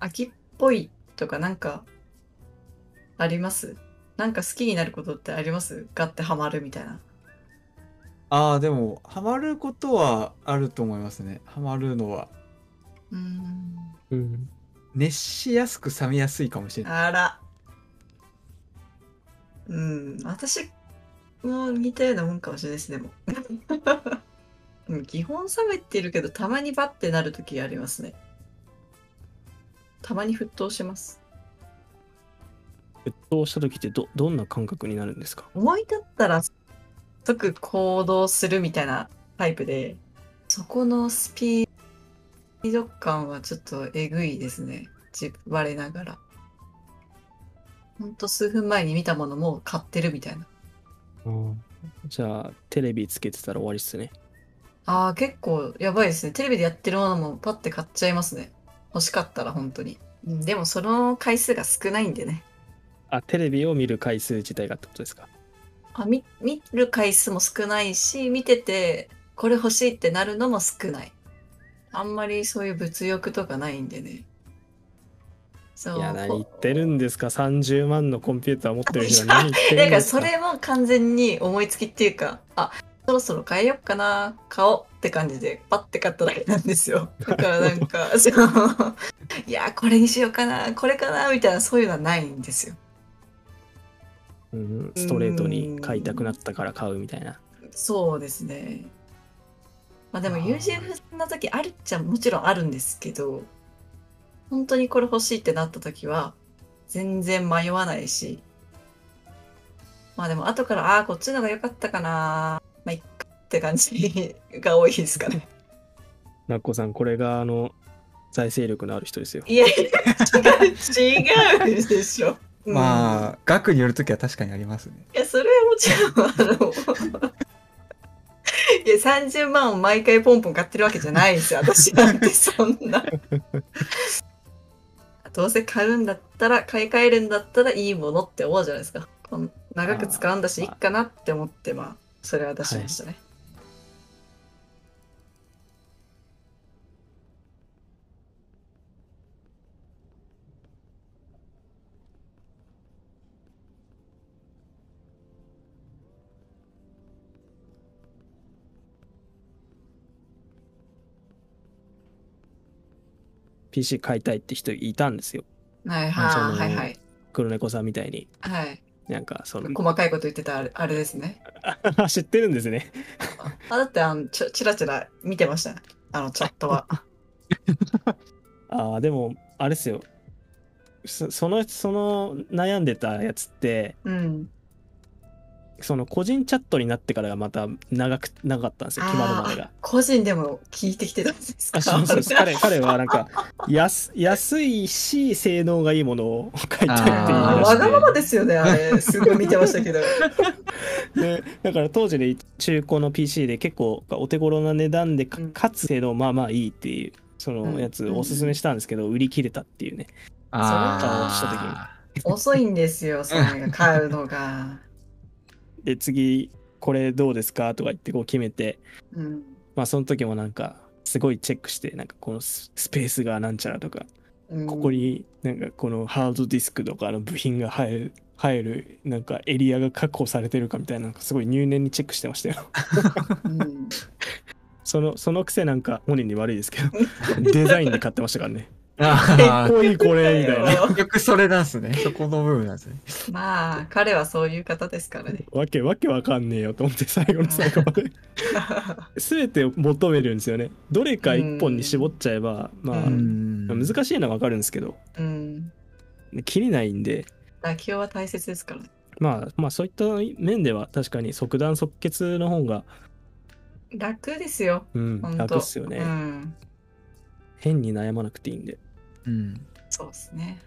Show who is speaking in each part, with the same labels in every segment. Speaker 1: 秋っぽいとかなんかありますなんか好きになることってありますガッてハマるみたいな。
Speaker 2: ああ、でも、ハマることはあると思いますね。ハマるのは。
Speaker 1: うーん。
Speaker 3: うん。
Speaker 2: 熱しやすく冷めやすいかもしれない。
Speaker 1: あら。うん。私も似たようなもんかもしれないです、でも。 うん基本冷めてるけど、たまにバッてなるときありますね。たまに沸騰します。
Speaker 3: 沸騰した時ってど、どんな感覚になるんですか
Speaker 1: 思い立ったら即行動するみたいなタイプで、そこのスピード感はちょっとえぐいですね。自我ながら。ほんと数分前に見たものもう買ってるみたいな。
Speaker 3: じゃあ、テレビつけてたら終わりっすね。
Speaker 1: ああ、結構やばいですね。テレビでやってるものもパッて買っちゃいますね。欲しかったら本当に。うんでもその回数が少ないんでね。
Speaker 3: あ、テレビを見る回数自体がってことですか
Speaker 1: あ見見る回数も少ないし、見ててこれ欲しいってなるのも少ない。あんまりそういう物欲とかないんでね。そう。
Speaker 3: いや、何言
Speaker 1: こ
Speaker 3: ってるんですか ?30 万のコンピューター持ってる人は何言って
Speaker 1: だ
Speaker 3: る
Speaker 1: か
Speaker 3: んで
Speaker 1: ら
Speaker 3: すか
Speaker 1: それも完全に思いつきっていうか、あ、そろそろ変えよっかな、買おうって感じで、パッて買っただけなんです よ。だからなんか、そのいや、これにしようかな、これかな、みたいな、そういうのはないんですよ。
Speaker 3: うん、ストレートに買いたくなったから買うみたいな。
Speaker 1: そうですね。まあでも
Speaker 3: あー
Speaker 1: UGF の時あるっちゃもちろんあるんですけど、本当にこれ欲しいってなった時は、全然迷わないし、まあでも後から、ああー、こっちのが良かったかな、まあいっかって感じが多いですかね。
Speaker 3: なっこさん、これがあの、財政力のある人ですよ。
Speaker 1: い や、違う、違うでしょ。あ。
Speaker 2: まあ、額によるときは確かにありますね。
Speaker 1: いや、それはもちろん、あの、いや、30万を毎回ポンポン買ってるわけじゃないですよ、私なんて、そんな。どうせ買うんだったら、買い替えるんだったらいいものって思うじゃないですか。こん長く使うんだし、い
Speaker 3: あー
Speaker 1: いかなって思って、まあ、それは出しましたね。
Speaker 3: PC 買いたいって人いたんですよ。
Speaker 1: はい、
Speaker 3: あそ
Speaker 1: は
Speaker 3: の
Speaker 1: い、はい、はい。
Speaker 3: 黒猫さんみたいに。
Speaker 1: はい。
Speaker 3: なんか、その、
Speaker 1: 細かいこと言ってたあれあれですね。
Speaker 3: 知ってるんですね。
Speaker 1: あ、だって、あの、ちょ、ちらちら見てましたね。あの、チャットは。
Speaker 3: ああ、でも、あれですよ。そその、その悩んでたやつって、
Speaker 1: うん。
Speaker 3: その個人チャットになってからがまた長く、長かったんですよ、決まるまで が
Speaker 1: あー。個人でも聞いてきてたんですか
Speaker 3: あそうそうです彼彼はなんか安安いし性能がいいものを買いたいって言
Speaker 1: あ
Speaker 3: い
Speaker 1: ーわ
Speaker 3: 出
Speaker 1: がまま
Speaker 3: し
Speaker 1: ですよね、あ れ。すごい見てましたけど。
Speaker 3: てでだから当時で中古の PC で結構お手頃な値段でか
Speaker 1: うん
Speaker 3: かつ性能まあまあいいっていうそのやつ
Speaker 1: うん
Speaker 3: をおすすめしたんですけど、売り切れたっていうね
Speaker 2: あ
Speaker 1: 遅いんです よ、それが買うのが。
Speaker 3: で次これどうですかとか言ってこう決めて
Speaker 1: うん。
Speaker 3: まあその時もなんかすごいチェックしてなんかこのススペースがなんちゃらとか
Speaker 1: うん
Speaker 3: ここになんかこのハードディスクとかの部品が入る入るなんかエリアが確保されてるかみたいななんかすごい入念にチェックしてましたよ
Speaker 1: うん
Speaker 3: そのそのくせなんか本人に悪いですけ どデザインで買ってましたから
Speaker 2: ー
Speaker 3: ね
Speaker 2: あ
Speaker 3: かっ こいいこれみたいな
Speaker 1: あ
Speaker 2: ー。結局それなんすね。そこの部分なんですね。
Speaker 1: まあ、彼はそういう方ですからね。
Speaker 3: わけわけわかんねえよと思って最後の最後ま で全てを求めるんですよねどれか一本に絞っちゃえばまあ
Speaker 1: う
Speaker 2: うんん。
Speaker 3: 難しいのはわかるんですけど
Speaker 1: うん。
Speaker 3: 気にないんで
Speaker 1: 妥協は大切ですからね。
Speaker 3: まあまあそういった面では確かに即断即決の方が、
Speaker 1: 楽ですよ。
Speaker 3: うん、
Speaker 1: 本当
Speaker 3: 楽っすよね、
Speaker 1: うん。
Speaker 3: 変に悩まなくていいんで
Speaker 2: うん。
Speaker 1: そうですね。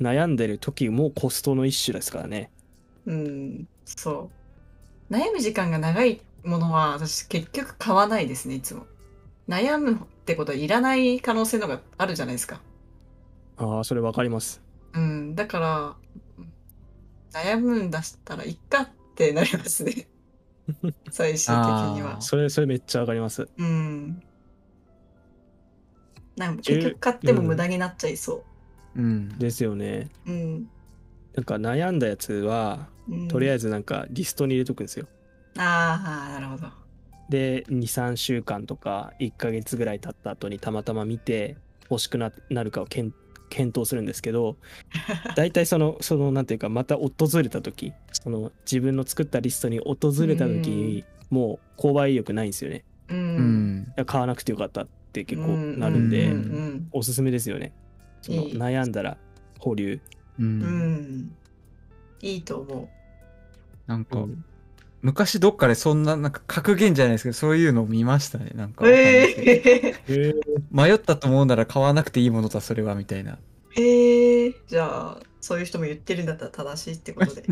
Speaker 3: 悩んでる時もコストの一種ですからね
Speaker 1: うん。そう。悩む時間が長いものは、私結局買わないですね、いつも。悩むってことはいらない可能性の方があるじゃないですか。
Speaker 3: ああそれわかります
Speaker 1: うん、だから、うん悩むんだしたらいっかってなります ね。最終的には
Speaker 2: あー。
Speaker 3: それそれめっちゃわかります
Speaker 1: うん。なんか結局買っても無駄になっちゃいそ
Speaker 2: うん。
Speaker 3: ですよね
Speaker 1: う。うん。
Speaker 3: なんか悩んだやつは
Speaker 1: うん、
Speaker 3: とりあ
Speaker 1: え
Speaker 3: えずなんかリストに入れとくんですよ
Speaker 1: ず。ああ、なるほど。
Speaker 3: で23週間とか1ヶ月ぐらい経った後にたまたま見て欲しくななるかを検検討するんです けど大体そのそのなんていうかまた訪れた時その自分の作ったリストに訪れた時にもう購買意欲ないんですよね
Speaker 1: う。
Speaker 2: うんん。
Speaker 3: いや買わなくてよかったって結構
Speaker 1: うん
Speaker 3: なるん
Speaker 1: う
Speaker 3: で、
Speaker 1: んうん
Speaker 3: おすすめですよねその
Speaker 1: いい
Speaker 3: 悩んだら保留
Speaker 2: う。
Speaker 1: うんん。いいと思
Speaker 2: なんか、
Speaker 3: うん
Speaker 2: 昔どっかでそんな、なんか格言じゃないですけど、そういうのを見ましたね。なんか
Speaker 1: う。
Speaker 2: わかんないですけど、
Speaker 1: え
Speaker 2: 迷ったと思うなら買わなくていいものだ、それは、みたいな。
Speaker 1: ー、 えー、じゃあ、そういう人も言ってるんだったら正しいってことで。